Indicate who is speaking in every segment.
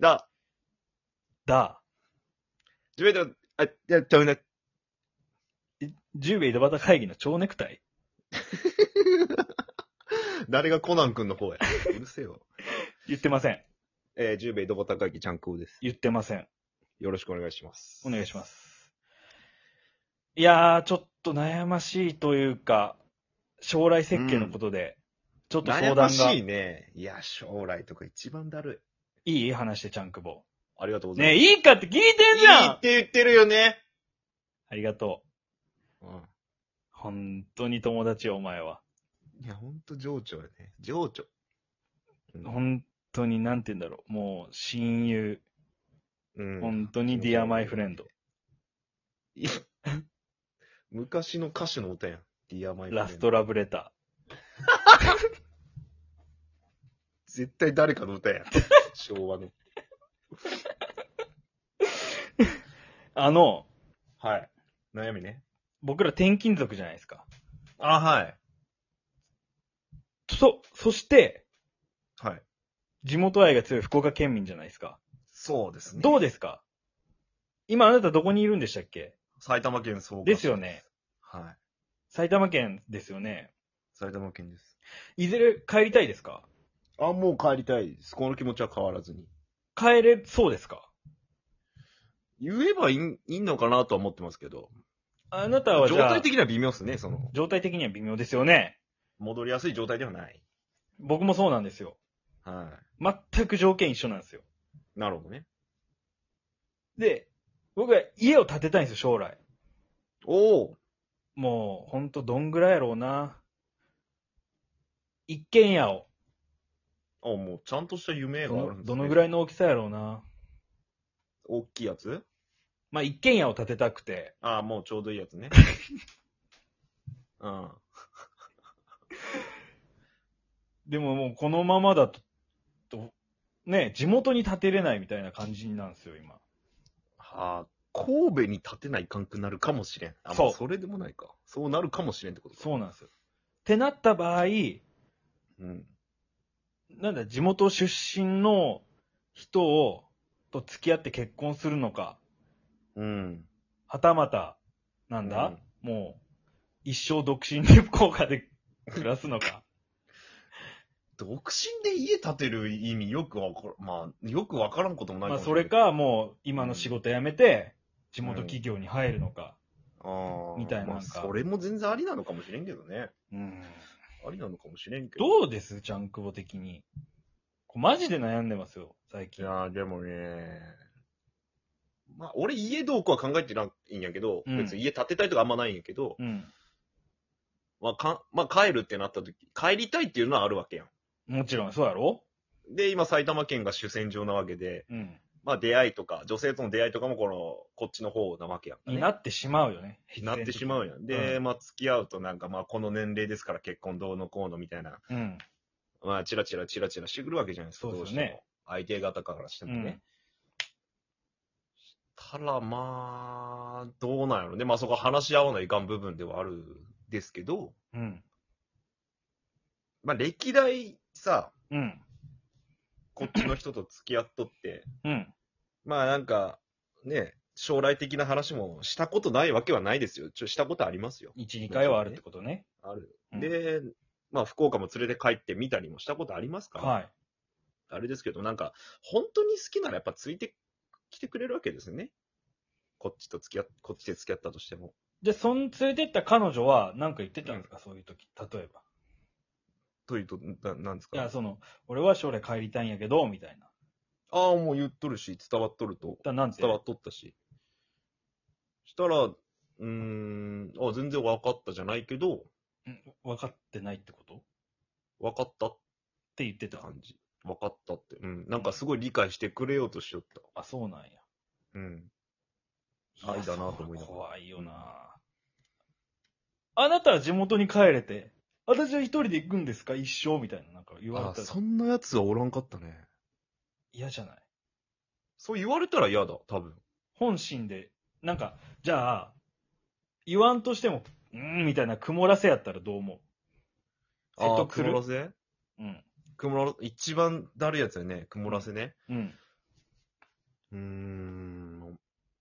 Speaker 1: だ、
Speaker 2: だ、
Speaker 1: ジュベル、あ、いやっちゃうね。
Speaker 2: 十兵衛井戸端会議の蝶ネクタイ。
Speaker 1: 誰がコナン君の方や。 うるせえよ。
Speaker 2: 言ってません。
Speaker 1: えー、十兵衛ドボタ会議ちゃんこうです。
Speaker 2: 言ってません。
Speaker 1: よろしくお願いします。
Speaker 2: お願いします。いやー、ちょっと悩ましいというか、将来設計のことで、ちょっと相
Speaker 1: 悩
Speaker 2: 談
Speaker 1: ま
Speaker 2: が、
Speaker 1: しい
Speaker 2: い
Speaker 1: ね。いや、将来とか一番だる
Speaker 2: い話して、チャンクボ。
Speaker 1: い。ありがとうございま
Speaker 2: ね
Speaker 1: す。
Speaker 2: え、
Speaker 1: い
Speaker 2: いいかって聞いてんじ
Speaker 1: い
Speaker 2: ゃ
Speaker 1: いっ
Speaker 2: ん
Speaker 1: て言ってるよね。
Speaker 2: ありがとう。
Speaker 1: うん。
Speaker 2: 本当に友達よ、お前は。
Speaker 1: いや、ほんと情緒よね。情緒。うん。
Speaker 2: 本当に、なんて言うんだろう。もう、親友。
Speaker 1: うん
Speaker 2: 本当に、ディアマイフレンド。
Speaker 1: 昔の歌手の歌やん。ディアマイフレンド。
Speaker 2: ラストラブレタ
Speaker 1: 絶対誰かの歌 やん。昭和の。
Speaker 2: ー。あの、
Speaker 1: はい。悩みね。
Speaker 2: 僕ら転勤族じゃないですか。
Speaker 1: あ、はい。
Speaker 2: そ、そして、
Speaker 1: はい。
Speaker 2: 地元愛が強い福岡県民じゃないですか。
Speaker 1: そうですね。
Speaker 2: どうですか今あなたどこにいるんでしたっけ
Speaker 1: 埼玉県総合。
Speaker 2: ですよ。ね。
Speaker 1: はい。
Speaker 2: 埼玉県ですよね。
Speaker 1: 埼玉県です。
Speaker 2: いずれ帰りたいですか
Speaker 1: あ、もう帰りたいです。この気持ちは変わらずに。
Speaker 2: 帰れそうですか
Speaker 1: 言えばいいいいのかなとは思ってますけど。
Speaker 2: あなたは
Speaker 1: 状
Speaker 2: じゃあ、
Speaker 1: 態的には微妙ですね、その。
Speaker 2: 状態的には微妙ですよね。
Speaker 1: 戻りやすい状態ではない。
Speaker 2: 僕もそうなんですよ。
Speaker 1: は
Speaker 2: 全く条件一緒なんですよ。
Speaker 1: い。なるほどね。
Speaker 2: で、僕は家を建てたいんですよ、将来。
Speaker 1: おお
Speaker 2: もう、ほんとどんぐらいやろうな。一軒家を、
Speaker 1: あ、もうちゃんとした夢
Speaker 2: ど
Speaker 1: があるんです、ね、
Speaker 2: のどのぐ
Speaker 1: い
Speaker 2: らいの大きさやろうな。
Speaker 1: 大きいやつ
Speaker 2: まあ、一軒家を建てたくて、
Speaker 1: ああ、もうちょうどいいやつね。 うん。
Speaker 2: でももうこのままだと、とね、地元に建てれないみたいな感じなんですよ、今。
Speaker 1: はあ、神戸に建てないかんくなるかもしれん。あ、
Speaker 2: そう
Speaker 1: まあそれでもないか。そうなるかもしれんってことか。
Speaker 2: そうなんですよ。ってなった場
Speaker 1: う
Speaker 2: 合、
Speaker 1: ん。
Speaker 2: なんだ、地元出身の人を、と付き合って結婚するのか、
Speaker 1: うん。
Speaker 2: はたまた、なん
Speaker 1: う
Speaker 2: だ
Speaker 1: ん、
Speaker 2: もう、一生独身で福岡で 暮らすのか。
Speaker 1: 独身で家建てる意味よくわから、まあ、よくわからんこともない
Speaker 2: まあ、
Speaker 1: もし
Speaker 2: そ
Speaker 1: れ
Speaker 2: れ
Speaker 1: ん。
Speaker 2: か、もう、今の仕事辞めて、地元企業に入るのか。
Speaker 1: ああ。
Speaker 2: みたいな
Speaker 1: ま
Speaker 2: な
Speaker 1: あ、
Speaker 2: んか
Speaker 1: それも全然ありなのかもしれんけどね。
Speaker 2: うん
Speaker 1: ありなのかもしれんけど。
Speaker 2: どうですジャンクボ的に。こうマジで悩んでますよ、最
Speaker 1: い
Speaker 2: 近。
Speaker 1: やーでもね、まあ、俺家どうこうは考えてないんやけど、
Speaker 2: うん
Speaker 1: 別に家建てたいとかあんまないんやけど、
Speaker 2: うん。
Speaker 1: まあ、か、まあ、帰るってなった時、帰りたいっていうのはあるわけやん。
Speaker 2: もちろん、そうやろ
Speaker 1: で、今埼玉県が主戦場なわけで、
Speaker 2: うん。
Speaker 1: まあ、出会いとか、女性との出会いとかもこの、こっちの方なわけやんかね、
Speaker 2: になってしまうよね。
Speaker 1: なってしまうやん。で、まあ、付き合うとなんか、まあ、この年齢ですから結婚どうのこうのみたいな、
Speaker 2: うん。
Speaker 1: まあ、チラチラチラチラしてくるわけじゃないですか、
Speaker 2: そう
Speaker 1: ど
Speaker 2: で
Speaker 1: う
Speaker 2: す
Speaker 1: し
Speaker 2: ね
Speaker 1: ても。相手方からしてもね。ただ、まあ、どうなんやろね。まあ、そこは話し合わないかん部分ではあるんですけど、
Speaker 2: うん。
Speaker 1: まあ、歴代さ、
Speaker 2: うん。
Speaker 1: こっちの人と付き合っと って、
Speaker 2: うん。
Speaker 1: まあ、なんか、ね、将来的な話もしたことないわけはないですよ。ちょしたことありますよ。
Speaker 2: 一、二回はあるってことね。
Speaker 1: ある。
Speaker 2: うん
Speaker 1: で、まあ、福岡も連れて帰ってみたりもしたことありますから、
Speaker 2: はい。
Speaker 1: あれですけど、なんか、本当に好きならやっぱついてきてくれるわけですよね。こっちと付き合っ、こっちで付き合ったとしても。
Speaker 2: で、そん、連れてった彼女は、なんか言ってたんですか、そういう時。例えば。
Speaker 1: というと、ななんです
Speaker 2: い
Speaker 1: か
Speaker 2: や、
Speaker 1: あ
Speaker 2: その、俺は将来帰りたいんやけど、みたいな。
Speaker 1: あー、もう言っとるし、伝わっとると。
Speaker 2: だなんて
Speaker 1: 伝わっとったし。したら、うーん、あ、全然分かったじゃないけど、
Speaker 2: うん分かってないってことっ
Speaker 1: 分かったって
Speaker 2: 言って
Speaker 1: て
Speaker 2: た。
Speaker 1: 感じ。分かったって。うん。なんかすごい理解してくれようとしよった。
Speaker 2: あ、そうなんや。
Speaker 1: うん。
Speaker 2: いや
Speaker 1: 愛だなと思いながら
Speaker 2: それ怖いよな、あなたは地元に帰れて、私は一人で行くんですか一生みたいな、なんか言わ
Speaker 1: あ
Speaker 2: れ
Speaker 1: ー、
Speaker 2: たら
Speaker 1: そんなやつはおらんかったね。
Speaker 2: 嫌じゃない
Speaker 1: そう言われたら嫌だ、多分。
Speaker 2: 本心で、なんか、じゃあ、言わんとしても、うーん、みたいな曇らせやったらどう思う説得す
Speaker 1: あー曇
Speaker 2: る
Speaker 1: らせ
Speaker 2: うん。
Speaker 1: 曇ら、一番だるいやつよね。曇らせね。
Speaker 2: うん。
Speaker 1: うーん。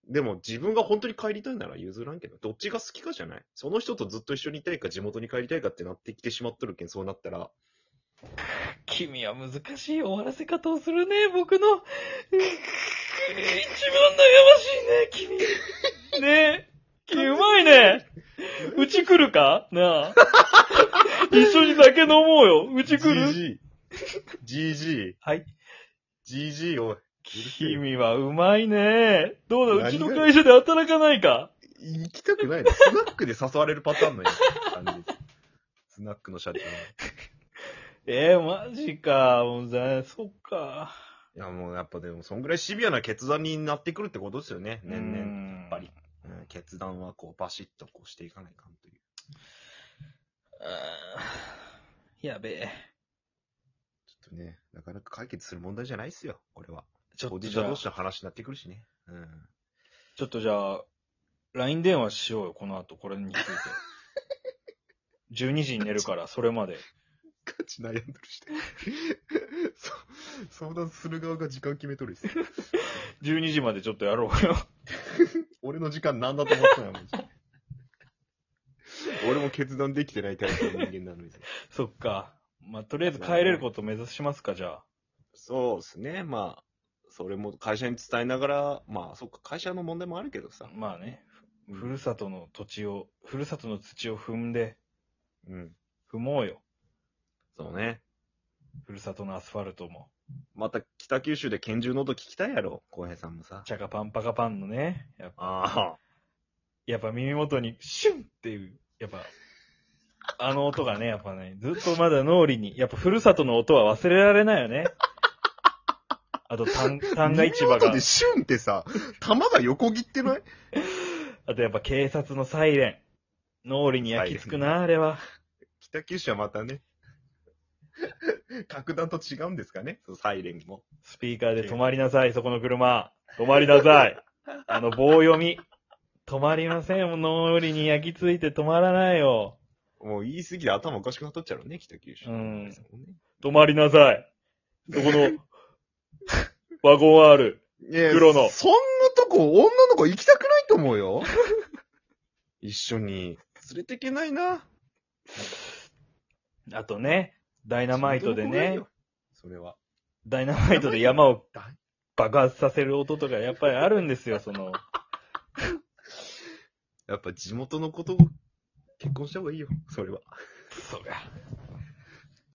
Speaker 1: でも自分が本当に帰りたいなら譲らんけど、どっちが好きかじゃないその人とずっと一緒にいたいか地元に帰りたいかってなってきてしまっとるけん、そうなったら。
Speaker 2: 君は難しい終わらせ方をするね、僕の。うん一番悩ましいね、君。ねえ。君うまいね。うち来るかなあ。一緒に酒飲もうよ。うち来る
Speaker 1: ?GG。GG。
Speaker 2: はい。
Speaker 1: GG を。せえよ
Speaker 2: 君はうまいね。どうだ、うちの
Speaker 1: 何が
Speaker 2: 会社で働かないか
Speaker 1: 行きたくないのスナックで誘われるパターンのやつ感じです。スナックの社長。い
Speaker 2: えー、マジか。もうざ、そっか。
Speaker 1: や、もうやっぱでも、そんぐらいシビアな決断になってくるってことですよね、年々。
Speaker 2: 々
Speaker 1: やっぱり。うん決断はこう、バシッとこうしていかないかんという。
Speaker 2: やべえ。
Speaker 1: ちょっとね、なかなか解決する問題じゃないっすよ、これは。
Speaker 2: ちょ
Speaker 1: 当
Speaker 2: っと
Speaker 1: 事
Speaker 2: じ
Speaker 1: 者
Speaker 2: ゃあ
Speaker 1: 同、士の話になってくるしね。うん。
Speaker 2: ちょっとじゃあ、LINE 電話しようよ、この後、これ について。12時に寝るから、それまで。
Speaker 1: ガチ悩んでるして。 そ相談する側が時間決めとるし。
Speaker 2: 12時までちょっとやろうよ。
Speaker 1: 俺の時間なんだと思ってたのに。 俺も決断できてないタイプの人間なのに。
Speaker 2: そっか。まあ、とりあえず帰れることを目指しますか、じゃあ。
Speaker 1: そうですね。まあ、それも会社に伝えながら、まあ、そっか、会社の問題もあるけどさ。
Speaker 2: まあね、
Speaker 1: うん
Speaker 2: ふるさとの土地を、ふるさとの土を踏んで、
Speaker 1: うん。
Speaker 2: 踏もうよ。
Speaker 1: そうね。
Speaker 2: ふるさとのアスファルトも。
Speaker 1: また北九州で拳銃の音聞きたいやろ、浩平さんもさ。
Speaker 2: チャカパンパカパンのね、やっぱ
Speaker 1: ああ。
Speaker 2: やっぱ耳元にシュンっていう、やっぱ、あの音がね、やっぱね、ずっとまだ脳裏に、やっぱふるさとの音は忘れられないよね。あと、旦旦過市場
Speaker 1: 耳
Speaker 2: が
Speaker 1: 元、でシュンってさ、弾が横切って ない
Speaker 2: あとやっぱ警察のサイレン。脳裏に焼き付くな、あれは。
Speaker 1: 北九州はまたね。格段と違うんですかねそのサイレンも。
Speaker 2: スピーカーで止まりなさい、そこの車。止まりなさい。あの棒読み。止まりません、もう脳裏に焼き付いて止まらないよ。
Speaker 1: もう言い過ぎで頭おかしくなっとっちゃうね、北九州。
Speaker 2: うん
Speaker 1: そうね
Speaker 2: 止まりなさい。そこの、ワゴン R。
Speaker 1: いや
Speaker 2: 黒の
Speaker 1: そんなとこ、女の子行きたくないと思うよ。 一緒に。連れてけないな。
Speaker 2: あとね、ダイナマイトでね、。
Speaker 1: それは。
Speaker 2: ダイナマイトで山を爆発させる音とかやっぱりあるんですよ、そ の。
Speaker 1: やっぱ地元のこと、結婚した方がいいよ。それは。
Speaker 2: クソが。